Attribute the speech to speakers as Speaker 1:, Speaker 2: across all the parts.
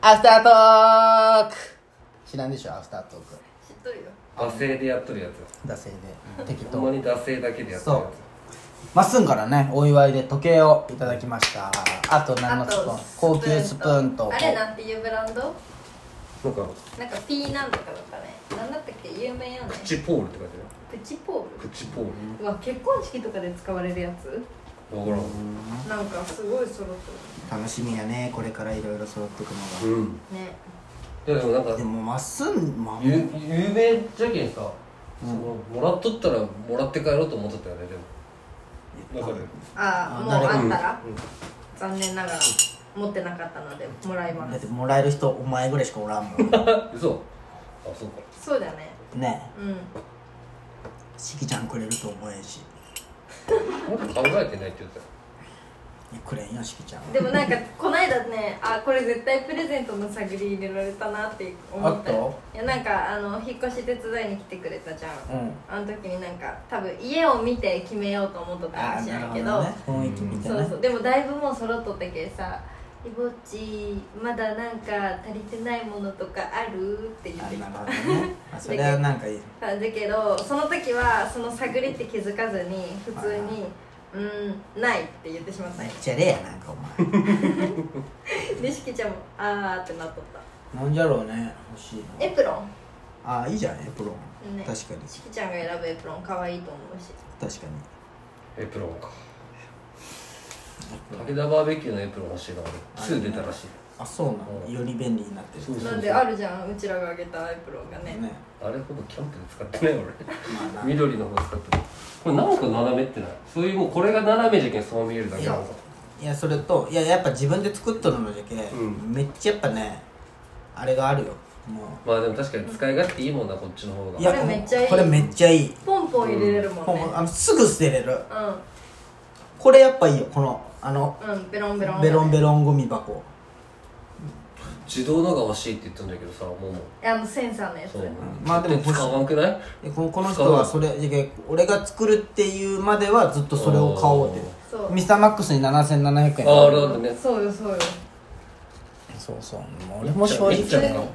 Speaker 1: アフタートーク知らんでしょアフタートーク
Speaker 2: 知っとるよ
Speaker 3: 惰性でやっとるやつ
Speaker 1: 惰性で適
Speaker 3: ほんま
Speaker 1: 当
Speaker 3: に惰性だけでやっとるや
Speaker 1: まっすんからねお祝いで時計をいただきましたあと何
Speaker 2: あ
Speaker 1: の
Speaker 2: と
Speaker 1: スプーン高級スプーンと
Speaker 2: あれなんていうブランド
Speaker 3: つなんか
Speaker 2: なんか P なんとかだったねなんだったっけ有名よね
Speaker 3: プチポールって書い
Speaker 2: プ
Speaker 3: て
Speaker 2: チポ
Speaker 3: あ
Speaker 2: ー
Speaker 3: るプチポール
Speaker 2: ルうわ結婚式とかで使われるやつ
Speaker 3: 分からん
Speaker 2: なんかすごい揃って
Speaker 4: 楽しみやねこれからいろいろ揃ってくのが、
Speaker 3: うん
Speaker 2: るね
Speaker 3: いやでもなんか
Speaker 4: でもまっすんまあ
Speaker 3: 有有名じゃけんさ、そのもらっとったらもらって帰ろうと思っとったよねでも中で
Speaker 2: ああ
Speaker 4: あ
Speaker 2: もう
Speaker 4: 誰か
Speaker 2: あったら残念ながら持ってなかったのでもらいま
Speaker 4: だって
Speaker 2: す
Speaker 4: もらえる人お前ぐらいしかおらんもん
Speaker 3: 嘘あそうか
Speaker 2: そうだね
Speaker 4: ね
Speaker 2: うん
Speaker 4: えしきちゃんくれると思えんし
Speaker 3: なんか考えてないって言ってたよ
Speaker 4: いやくれんよしきちゃんは
Speaker 2: でもなんか こないだねあこれ絶対プレゼントの探り入れられたなって思ったよいやなんかあの引っ越し手伝いに来てくれたじゃん
Speaker 4: うん
Speaker 2: あの時になんか多分家を見て決めようと思っとった
Speaker 4: あ
Speaker 2: か
Speaker 4: あ
Speaker 2: もしれ
Speaker 4: な
Speaker 2: な
Speaker 4: るほ
Speaker 2: いけ
Speaker 4: ど
Speaker 2: ど
Speaker 4: ね雰囲気みたい
Speaker 2: そ
Speaker 4: な
Speaker 2: うそうでもだいぶもう揃っとったけさ「いぼっちまだなんか足りてないものとかある?」って言
Speaker 4: あ
Speaker 2: ってき
Speaker 4: な
Speaker 2: た
Speaker 4: るほどねあそれはなんかいい
Speaker 2: だけどその時はその探りって気づかずに普通に「うーんない」って言ってしまった
Speaker 4: め
Speaker 2: ん
Speaker 4: っ
Speaker 2: よ
Speaker 4: ちゃレアなんかお前
Speaker 2: でしきちゃんも「あー」ってなっとった
Speaker 4: なんじゃろうね欲しいの
Speaker 2: エプロン
Speaker 4: ああいいじゃんエプロン、
Speaker 2: ね
Speaker 4: 確かに
Speaker 2: しきちゃんが選ぶエプロン可愛いと思うし
Speaker 4: 確かに
Speaker 3: エプロンか武田バーベキューのエプロン欲しいな俺2出たらしい
Speaker 4: あそうなのより便利になってる
Speaker 3: そうそう
Speaker 2: なんであるじゃんうちらがあげたエプロンがね
Speaker 4: ね
Speaker 3: あれほどキャンプで使ってない
Speaker 4: まあ
Speaker 3: 俺緑の方使ってないこれ何個斜めってないそういうもうこれが斜めじゃけんそう見えるだけなのさ
Speaker 4: いやそれといややっぱ自分で作っとるのじゃけ、
Speaker 3: ん
Speaker 4: めっちゃやっぱねあれがあるよもう
Speaker 3: まあでも確かに使い勝手いいもんなこっちの方が
Speaker 4: いや
Speaker 2: これめっちゃいい
Speaker 4: これめっちゃいい
Speaker 2: ポンポン入れれるもんね
Speaker 4: ほんまあのすぐ捨てれる
Speaker 2: う
Speaker 4: これやっぱいいよこのあの
Speaker 2: んうんベロンベロン
Speaker 4: ベロンベロンゴミ箱
Speaker 3: 自動のが欲しいって言ったんだけどさもうもう
Speaker 2: えあのセンサーのやつ
Speaker 3: そう
Speaker 4: まあでも
Speaker 3: 使わんくない
Speaker 4: でこのこの人はそれで俺が作るっていうまではずっとそれを買おうって
Speaker 2: そう
Speaker 4: ミスターマックスに7700円
Speaker 3: ああなるほどね
Speaker 2: そうよそうよ
Speaker 4: そうそうもう俺も正
Speaker 3: めっちゃめっちゃ
Speaker 4: 直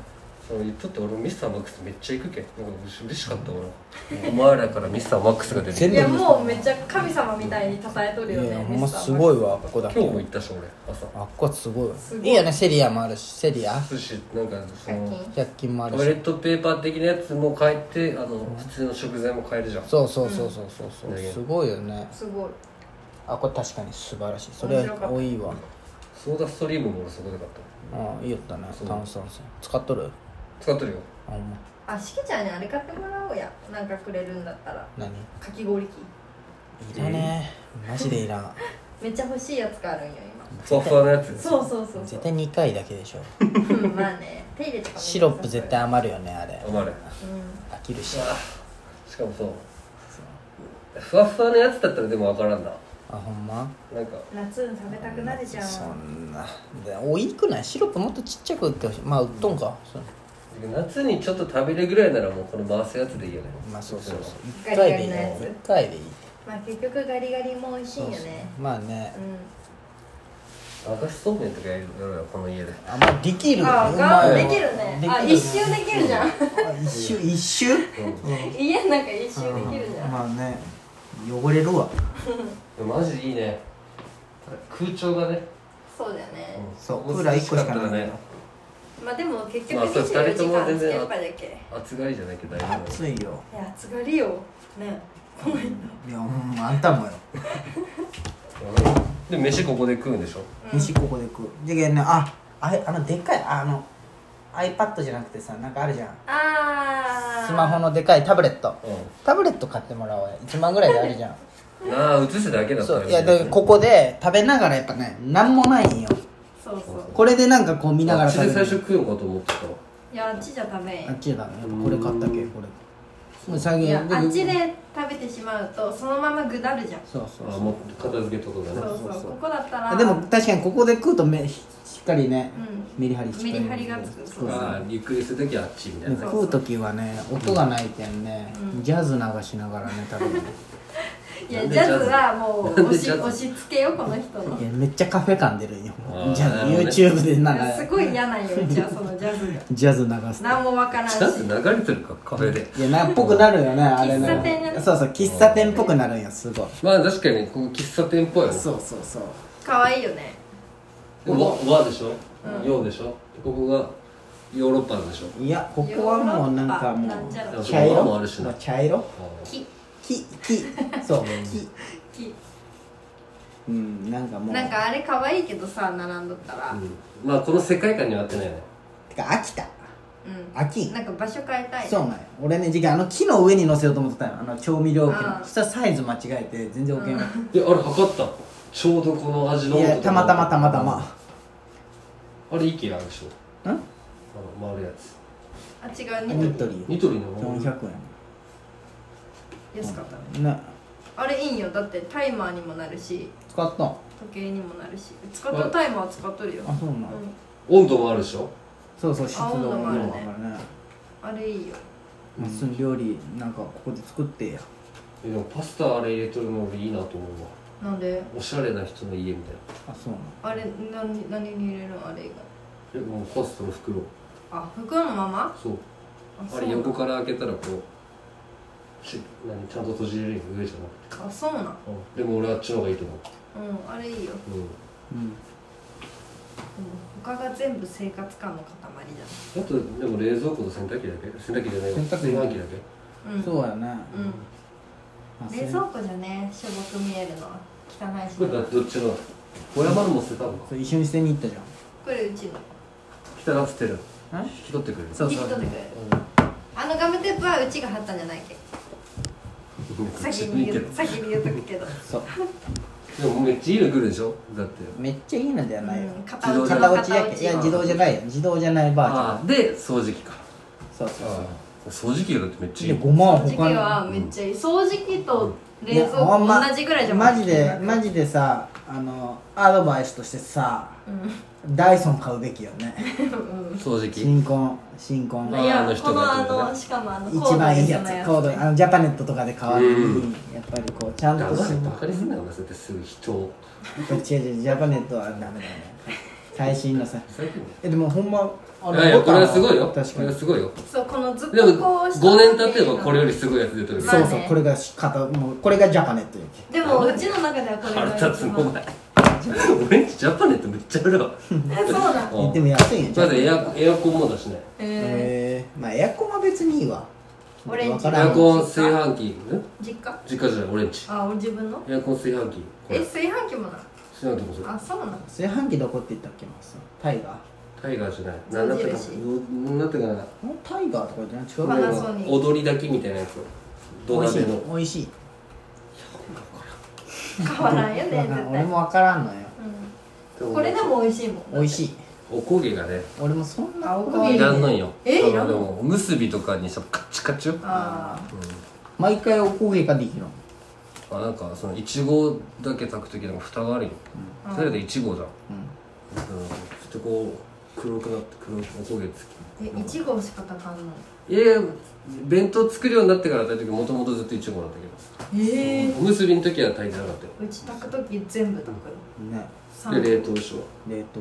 Speaker 3: そう言っとって俺ミスターマックスめっちゃ行くけんなんか嬉しかった俺お前らからミスターマックスが出て
Speaker 4: 全
Speaker 3: き
Speaker 2: い
Speaker 4: 部
Speaker 2: やもうめっちゃ神様みたいに称えとる
Speaker 4: い
Speaker 2: よ
Speaker 4: やいや
Speaker 2: ね
Speaker 4: ほん
Speaker 2: ミ
Speaker 4: ま
Speaker 2: スター
Speaker 4: すごいわここ
Speaker 3: た
Speaker 4: だけ
Speaker 3: 今日も行ったし俺朝
Speaker 4: あっこはすごいわ
Speaker 2: すごい
Speaker 4: いいよねセリアもあるしセリア
Speaker 3: 寿司なんかそ
Speaker 2: 最
Speaker 3: の
Speaker 2: 近
Speaker 4: 100均もある
Speaker 3: トイレ
Speaker 4: し
Speaker 3: ットペーパー的なやつも買えてあの普通の食材も買えるじゃん
Speaker 4: そうそうそうそうそうそううんすごいよね
Speaker 2: すごい
Speaker 4: あこれ確かに素晴らしいそれ
Speaker 2: 面白かった
Speaker 4: 多いわ
Speaker 3: ソーダストリームも俺そこで買った
Speaker 4: ああいいよったね
Speaker 3: そう
Speaker 4: 炭酸水使っとる
Speaker 3: 使ってるよ
Speaker 4: あほんま
Speaker 2: あしきちゃんにあれ買ってもらおうやなんかくれるんだったら
Speaker 4: 何い
Speaker 2: かき氷機
Speaker 4: らねマジでいらん
Speaker 2: めっちゃ欲しいやつがあるんよ
Speaker 3: ふわふわのやつ
Speaker 2: 今そうそうそうそ
Speaker 4: 絶
Speaker 2: う
Speaker 4: 対2回だけでしょ
Speaker 2: うんまあね手入れとかも
Speaker 4: シロップ絶対余るよねあれ
Speaker 3: お前ら
Speaker 2: うん
Speaker 4: 飽きるし
Speaker 3: しかもそうふわふわのやつだったらでも分からんな
Speaker 4: あほんま
Speaker 3: なんか
Speaker 2: 夏食べたくなるじゃん
Speaker 4: そんなで多いくないシロップもっとちっちゃく売ってほしいまあ売っとんか、そう
Speaker 3: 夏にちょっと食べるぐらいならもうこの回すやつでいいよね
Speaker 4: まあそうそうそう
Speaker 2: ガ
Speaker 4: 1回でい
Speaker 2: リガリ
Speaker 4: い
Speaker 2: のやつ
Speaker 4: 1回でいい
Speaker 2: まあ結局ガリガリも美味しいよ
Speaker 4: そう
Speaker 2: ね
Speaker 4: そうまあね
Speaker 2: う
Speaker 3: 明石そうめんとかやるよこの 家で
Speaker 4: あんまできる
Speaker 2: ん
Speaker 4: よ
Speaker 2: ああ
Speaker 4: うま
Speaker 2: ガ
Speaker 4: い
Speaker 2: ー
Speaker 4: わ
Speaker 2: できるねあ一周できるじゃん
Speaker 4: あ一周一周
Speaker 2: 家の中一周できるじゃん
Speaker 4: まあね汚れるわ
Speaker 3: でもマジでいいねただ空調がね
Speaker 2: そうだよね
Speaker 4: そう
Speaker 3: ここ
Speaker 4: クーラー1個しかない
Speaker 3: 涼
Speaker 4: んだよ
Speaker 3: かっ
Speaker 2: まあでも結
Speaker 3: ま
Speaker 2: 局
Speaker 3: あそう
Speaker 2: 24
Speaker 3: 二人
Speaker 2: 時
Speaker 3: とも
Speaker 2: 間
Speaker 3: 全
Speaker 2: つけ
Speaker 3: 然
Speaker 2: っぱだけ
Speaker 3: たね暑がりじゃなきゃ大丈夫
Speaker 4: 暑いよ
Speaker 2: いや暑がりよね
Speaker 4: いやほんまあんたもよ
Speaker 3: で飯ここで食うんでしょ
Speaker 4: 飯ここで食うじゃけんねああれあのでっかいあの iPad じゃなくてさなんかあるじゃん
Speaker 2: ああ
Speaker 4: スマホのでかいタブレット
Speaker 3: う
Speaker 4: タブレット買ってもらおうよ1万ぐらいであるじゃん
Speaker 3: んああ映すだけだった
Speaker 4: そ
Speaker 3: ら
Speaker 4: ういやだからここで食べながらやっぱねなんもないんよ
Speaker 2: そうそう
Speaker 4: これでなんかこう見ながら食
Speaker 3: あっ
Speaker 4: べ
Speaker 3: ちで
Speaker 4: る
Speaker 3: 最初食うんかと思ってたわ
Speaker 2: いやあっちじゃダメ
Speaker 4: あっちだねやっぱこれ買ったけこれもう最
Speaker 2: い
Speaker 4: 近
Speaker 2: やあっちで食べてしまうとそのままぐだるじゃん
Speaker 4: そうそう
Speaker 3: あ
Speaker 4: そう
Speaker 3: もう片付けとことだね
Speaker 2: そうそうここだったら
Speaker 4: でも確かにここで食うとめしっかりね、
Speaker 2: う
Speaker 4: メリハリしっか
Speaker 2: メ
Speaker 4: り
Speaker 2: リハリがつくそうそう
Speaker 3: ああゆっくりするときはあっちみたいな
Speaker 4: 食う時はね音がないけんね、ジャズ流しながらね食べる
Speaker 2: い
Speaker 3: な
Speaker 2: や
Speaker 3: んで
Speaker 2: ジ
Speaker 3: ジャズ
Speaker 2: ャズはもう
Speaker 3: なん
Speaker 2: 押
Speaker 3: でジ
Speaker 2: し
Speaker 3: ャズ
Speaker 2: 押し付けよこの人の
Speaker 4: いやめっちゃカフェ感出るよ
Speaker 3: あー
Speaker 4: ジャズ
Speaker 3: なるほどね
Speaker 4: YouTube でなんか
Speaker 2: すごい嫌なんようちはそのジャ ズが
Speaker 4: ジャズ流す
Speaker 2: 何もわからんし
Speaker 3: ジャズ流れてるかカフェで
Speaker 4: いやなっぽくなるよ ねあれね
Speaker 2: 喫茶店やね
Speaker 4: そうそう喫茶店っぽくなるんよすごい
Speaker 3: まあ確かにこの喫茶店っぽいよね
Speaker 4: そうそうそう
Speaker 2: 可愛いよね
Speaker 3: でも和でしょ
Speaker 2: うん
Speaker 3: 洋でしょここがヨーロッパでしょ
Speaker 4: いやここはもうなんかも
Speaker 2: ヨーロッパなんちゃ
Speaker 4: う
Speaker 2: ら
Speaker 4: 茶色
Speaker 3: もあるしな
Speaker 4: もう茶色
Speaker 2: 木
Speaker 4: 木木そう木
Speaker 2: 木
Speaker 4: うんなんかもう
Speaker 2: なんかあれ可愛いけどさ並んどったら
Speaker 3: うんまあこの世界観には合ってないよね
Speaker 4: てか飽きた
Speaker 2: うん
Speaker 4: 飽きん
Speaker 2: なんか場所変えたい
Speaker 4: そうなんや俺ね次回あの木の上に乗せようと思ってたよあの調味料置き
Speaker 2: あ
Speaker 4: の
Speaker 2: ー
Speaker 4: そしたらサイズ間違えて全然置けんわ
Speaker 3: であれ測ったちょうどこの味の
Speaker 4: いや
Speaker 3: 温度
Speaker 4: たまたまたまたま
Speaker 3: あれ IKEA あるでし
Speaker 4: う
Speaker 3: ょ
Speaker 4: ん
Speaker 3: あの丸いやつ
Speaker 2: あ違うニ
Speaker 4: ニ
Speaker 2: ト
Speaker 4: ト
Speaker 2: リ
Speaker 4: リ
Speaker 3: ニトリの
Speaker 4: 400
Speaker 2: 安かったね
Speaker 4: 円な
Speaker 2: あれいいんよだってタイマーにもなるし
Speaker 4: 使ったあ
Speaker 2: 時計にもなるし使ったタイマー使っとるよ
Speaker 4: そうなん
Speaker 2: うん
Speaker 3: 温度もあるでしょ
Speaker 4: そうそう湿度
Speaker 2: 温度も
Speaker 4: も
Speaker 2: あ
Speaker 4: あ
Speaker 2: る
Speaker 4: る
Speaker 2: ね
Speaker 4: からね
Speaker 2: あれいいよ
Speaker 4: まっすぐ料理なんかここで作ってや
Speaker 3: えでもパスタあれ入れとるの俺いいなと思うわ
Speaker 2: なんで
Speaker 3: おしゃれな人の家みたい
Speaker 4: あそうなん
Speaker 2: あれ何何に入れるのあれ以外
Speaker 3: なえもうパスタの袋
Speaker 2: あ袋のまま
Speaker 3: そうあ
Speaker 2: そう
Speaker 3: れ
Speaker 2: なん
Speaker 3: 横から開けたらこうち何ちゃんと閉じれるよ上じゃなくて
Speaker 2: あそうなんうん
Speaker 3: でも俺はあっちの方がいいと思う
Speaker 2: あれいいよ
Speaker 3: う
Speaker 4: うん
Speaker 2: でも他が全部生活感の塊じ
Speaker 3: んあとでも冷蔵庫と洗濯機だけ洗濯機じゃないわ
Speaker 4: 洗濯機
Speaker 3: 炊飯器だけ
Speaker 2: ゃんうん
Speaker 4: そうやね
Speaker 2: うん
Speaker 4: まあ
Speaker 2: 冷蔵庫じゃねしょぼく見えるのは汚いし
Speaker 3: これだ
Speaker 2: ね
Speaker 3: どっちの小山のも捨てたの
Speaker 4: そう一緒に捨てに行ったじゃん
Speaker 2: これうちの
Speaker 3: 来たら捨てる
Speaker 4: ん
Speaker 3: 引き取ってくれる
Speaker 4: そう
Speaker 2: 引き
Speaker 4: そう
Speaker 2: 取ってくれるあのガムテープはうちが貼ったんじゃないっけ
Speaker 3: うん
Speaker 2: 先に言う
Speaker 3: で
Speaker 2: 先に言うとくけど
Speaker 4: そう
Speaker 3: もめっちゃいいの来るでしょだって
Speaker 4: めっちゃいいのではないよ
Speaker 2: うん片
Speaker 3: 自動
Speaker 2: 落ち
Speaker 3: 車
Speaker 4: 片落ちやけいや
Speaker 2: 片
Speaker 4: 自
Speaker 2: 落
Speaker 4: 動じゃないよ自動じゃないバージョン
Speaker 3: ああで掃除機か
Speaker 4: そうそうそう
Speaker 3: 掃除機だってめっちゃい
Speaker 4: で
Speaker 3: い
Speaker 4: 5万
Speaker 2: 掃除機は
Speaker 4: 他
Speaker 2: めっちゃいい掃除機と
Speaker 4: に
Speaker 2: 冷蔵
Speaker 4: いやほんま
Speaker 2: 庫同じぐらいじゃん
Speaker 4: マジでマ
Speaker 2: ジ
Speaker 4: ジでさあのアドバイスとしてさ
Speaker 2: う
Speaker 4: ダイソン買うべきよね
Speaker 2: んうん
Speaker 3: 掃除機
Speaker 4: 新婚新婚
Speaker 2: い
Speaker 3: まあ
Speaker 2: や
Speaker 3: あの人
Speaker 2: この
Speaker 3: が
Speaker 2: あ
Speaker 3: ってことね
Speaker 2: のしかもあの
Speaker 4: 一番いいやつ
Speaker 2: コ
Speaker 4: コ
Speaker 2: ー
Speaker 4: ー
Speaker 2: ド
Speaker 4: ド
Speaker 2: みたいな
Speaker 4: あのジャパネットとかで買わない、
Speaker 3: うん
Speaker 4: やっぱりこうちゃんと
Speaker 3: 黙
Speaker 4: す
Speaker 3: れ
Speaker 4: る
Speaker 3: バカにすんなよなそうやってすぐ人を
Speaker 4: 違う違うジャパネットはダメだね最新のさ
Speaker 3: 最近ね
Speaker 4: えでもほんまあ
Speaker 3: いやいやこれはすごいよ
Speaker 4: 確
Speaker 3: こ
Speaker 4: か
Speaker 3: れは
Speaker 4: に
Speaker 3: すごいよ
Speaker 2: そうこのずっ
Speaker 3: で
Speaker 2: とこ
Speaker 3: も
Speaker 2: うし
Speaker 3: 5年経てばこれよりすごいやつ出てる
Speaker 2: まあ
Speaker 4: そ
Speaker 2: ね
Speaker 4: うそうこれが片もうこれがジャパネットよ
Speaker 2: でもうちの中ではこれが一
Speaker 3: 腹立つのお
Speaker 2: 番
Speaker 3: 前俺んちジャパネットめっちゃ売るわ
Speaker 2: えそうなん
Speaker 3: うん
Speaker 4: でも安いんや
Speaker 3: まずエ
Speaker 4: へ
Speaker 3: アエアコンもだしね
Speaker 2: え
Speaker 4: えまあエアコンは別にいいわ
Speaker 2: オレンジ
Speaker 4: わか
Speaker 3: エ
Speaker 4: らん
Speaker 3: アコン炊飯器ん
Speaker 2: ー実家
Speaker 3: 実家じゃない俺んち
Speaker 2: あ俺自分の
Speaker 3: エアコン炊飯器こ
Speaker 2: え
Speaker 3: れ
Speaker 2: 炊飯器もな
Speaker 3: 炊飯器もそう
Speaker 2: あそうなの
Speaker 4: 炊飯器どこって言ったっけますタイガー
Speaker 3: タイガーじゃない何だったか
Speaker 2: 象印
Speaker 3: 何だったかなん
Speaker 4: タイガーとかじゃない違う
Speaker 2: パナソニック
Speaker 3: 踊りだけみたいなやつ土
Speaker 4: 美味し
Speaker 3: 鍋
Speaker 4: い
Speaker 3: の
Speaker 4: 美味しい
Speaker 2: 変わらんよね
Speaker 4: わからん俺も分からん
Speaker 2: 絶対
Speaker 4: のよ
Speaker 2: うんこれでも美味しいもん
Speaker 4: 美味しい
Speaker 3: おこげがね
Speaker 4: 俺もそんな
Speaker 2: 青
Speaker 4: こ
Speaker 2: か
Speaker 4: と
Speaker 2: げ
Speaker 4: い
Speaker 3: い
Speaker 4: いね
Speaker 3: らんのんよ
Speaker 2: え
Speaker 3: あ
Speaker 2: いらんの
Speaker 3: でもおむすびとかにさカッチカチよ
Speaker 2: あ
Speaker 4: 毎回おこげができるの
Speaker 3: あなんかそのいちごだけ炊く時でも蓋があるよ
Speaker 2: うん
Speaker 3: それでいちごじゃん
Speaker 4: うん
Speaker 3: うんそしてこう黒くなって黒いおこげつ
Speaker 2: あえいちごしか炊かんの
Speaker 3: きいやいや弁当作るようになってから炊いた時もともとずっといちごだったけ
Speaker 2: ええ
Speaker 3: どおむすびの時は炊いてなかっ
Speaker 2: うち炊く時全部炊く
Speaker 4: ね
Speaker 3: たよで冷凍でしょ
Speaker 4: 冷凍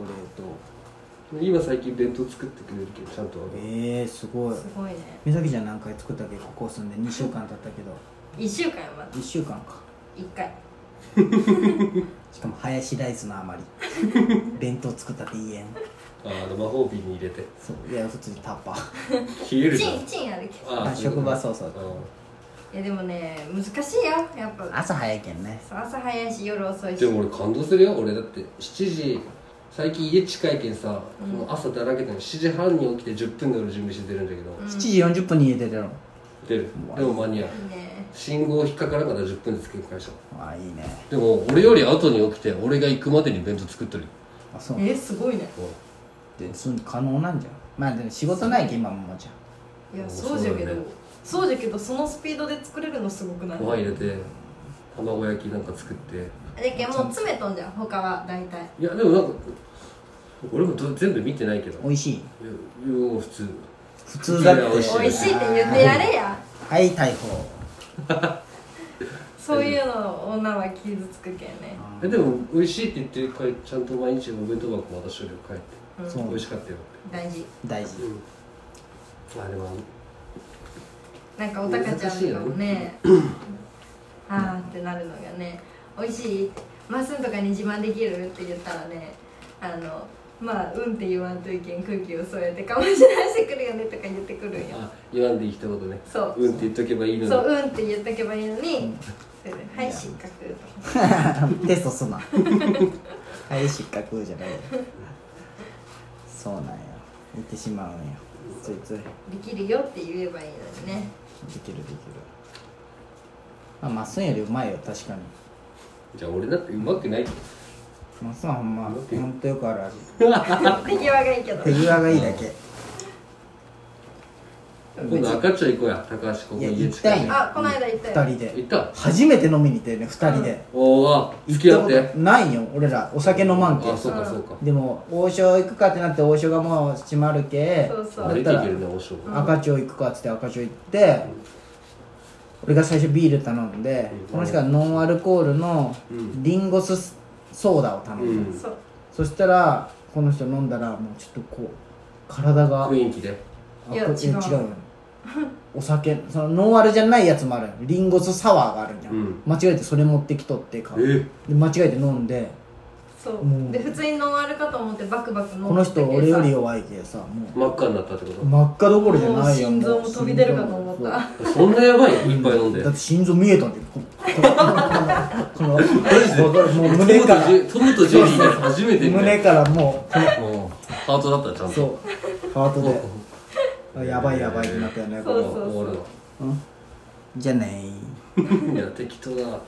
Speaker 4: 冷
Speaker 3: 今最近弁当作ってくれるけどちゃんと
Speaker 4: 凍ええすごい
Speaker 2: すごいね
Speaker 4: 美咲ちゃん何回作ったっけここ住んで2週間経ったけど
Speaker 2: 1週間やまだ
Speaker 4: 1週間か
Speaker 2: 1回
Speaker 4: しかもハヤシライスのあ まり弁当作ったって言えん
Speaker 3: ああの魔法瓶に入れて
Speaker 4: そういや普通にタッパー
Speaker 3: 冷えるじゃん
Speaker 2: チンチンあるけど
Speaker 3: あ
Speaker 4: あ職場そうそう
Speaker 2: いやでもね難しいよやっぱ
Speaker 4: 朝早いけんね
Speaker 2: そう朝早いし夜遅いし
Speaker 3: でも俺感動するよ俺だって7時最近家近いけんさ、もう朝だらけてる7時半に起きて10分で俺準備して出るんだけど、
Speaker 2: うん
Speaker 4: 7時40分に家出てるの
Speaker 3: 出るでも間に合う
Speaker 2: いいね
Speaker 3: 信号引っかからんから10分で作る会社
Speaker 4: ああいいね
Speaker 3: でも俺より後に起きて俺が行くまでに弁当作っとるよ
Speaker 4: あそう
Speaker 2: えすごいね
Speaker 4: でそういうの可能なんじゃんまあでも仕事ないけん今ももちゃん
Speaker 2: いや
Speaker 3: もう
Speaker 2: そうじゃけど
Speaker 3: そうだよね
Speaker 2: そうじゃけどそのスピードで作れるのすごくない
Speaker 3: ご飯入れて卵焼きなんか作って
Speaker 2: だけどもう詰めとんじゃん他は大体
Speaker 3: いやでもなんか俺もど全部見てないけどい
Speaker 4: 美味しい
Speaker 3: やいやもう普通
Speaker 4: 普通だっ
Speaker 3: いや美味
Speaker 4: て
Speaker 3: し
Speaker 2: 美味しいって言ってやれや
Speaker 4: はい逮捕
Speaker 2: そういうの女は傷つくけんね
Speaker 3: えでも美味しいって言って帰ちゃんと毎日お弁当箱渡しより帰って
Speaker 2: うん
Speaker 4: そう
Speaker 3: 美味しかったよ
Speaker 2: 大事
Speaker 4: 大事
Speaker 3: ってうんまあでも
Speaker 2: なんかおたかちゃ
Speaker 3: 難しいよ
Speaker 2: んもねあーってなるのがね美味しいまっすんとかに自慢できるって言ったらねあのまあうんって言わんといけん空気をそうやってかもし出してくるよねとか言ってくるんよ
Speaker 3: あ言わんでいい一言ね
Speaker 2: そう
Speaker 3: うんって言っとけばいいのに
Speaker 2: そううんって言っとけばいいのにそれではい失格とか
Speaker 4: テストす なはい失格じゃないよそうなんや言ってしまうんやついつい
Speaker 2: できるよって言えばいいのにね
Speaker 4: できるできるまあまっすんよりうまいよ確かに
Speaker 3: じゃあ俺だってうまくないって
Speaker 4: まっすんはほんま
Speaker 3: よく言う
Speaker 4: ほんとよくあるある
Speaker 2: 手際がいいけど
Speaker 4: 手際がいいだけ
Speaker 3: 今度赤ちゃん行こうや高橋ここ
Speaker 4: いや
Speaker 3: 家近い
Speaker 4: 行きたい
Speaker 3: 行
Speaker 4: な
Speaker 2: あこの間言ったよ
Speaker 4: 二人で
Speaker 3: った
Speaker 4: 初めて飲みに行ったよね二人で
Speaker 3: おおあ付き合っ
Speaker 4: 行った
Speaker 3: て
Speaker 4: ことないよ俺らお酒飲まんけ
Speaker 3: あそうかそうか
Speaker 4: でも王将行くかってなって王将がもう閉まるけ
Speaker 2: そうそう
Speaker 4: だ
Speaker 3: 歩
Speaker 4: っ
Speaker 3: い
Speaker 4: た
Speaker 3: てい
Speaker 4: ら
Speaker 3: けるねおしょう
Speaker 4: 赤町行くかっつって赤町行って俺が最初ビール頼んで
Speaker 3: うん
Speaker 4: この人がノンアルコールの
Speaker 3: うん
Speaker 4: リンゴ酢ソーダを頼んだ、
Speaker 3: うん
Speaker 2: そう
Speaker 4: そしたらこの人飲んだらもうちょっとこう体があこ
Speaker 3: 雰囲気で
Speaker 4: え
Speaker 2: いや
Speaker 4: 違う
Speaker 2: 違う
Speaker 4: よお酒そのノンアルじゃないやつもあるよリンゴ酢サワーがあるんや、
Speaker 3: うん
Speaker 4: 間違えてそれ持ってきとってかで
Speaker 3: え
Speaker 4: 間違えて飲んで
Speaker 2: そう
Speaker 4: もう
Speaker 2: で普通にノンアルかと思ってバクバク飲んで
Speaker 4: この人俺より弱いけさも
Speaker 3: 真っ赤になったってこ
Speaker 4: う真っ赤どころじゃ
Speaker 2: もう
Speaker 4: ないよ
Speaker 2: 心臓も飛び出るかと思っ
Speaker 4: そう
Speaker 2: た
Speaker 3: とそんなやばいいっぱい飲んで
Speaker 4: だって心臓見えたんだよこのこのこのこのもう胸から
Speaker 3: トムとジェリーが初めて
Speaker 4: 胸からもうこ
Speaker 3: もうハートだったらちゃん
Speaker 4: の
Speaker 3: と
Speaker 4: そうハートであやばいやばいってなったよねこ
Speaker 2: そうそう
Speaker 4: れ
Speaker 3: 終わるわ
Speaker 4: じゃね
Speaker 3: いや適当だな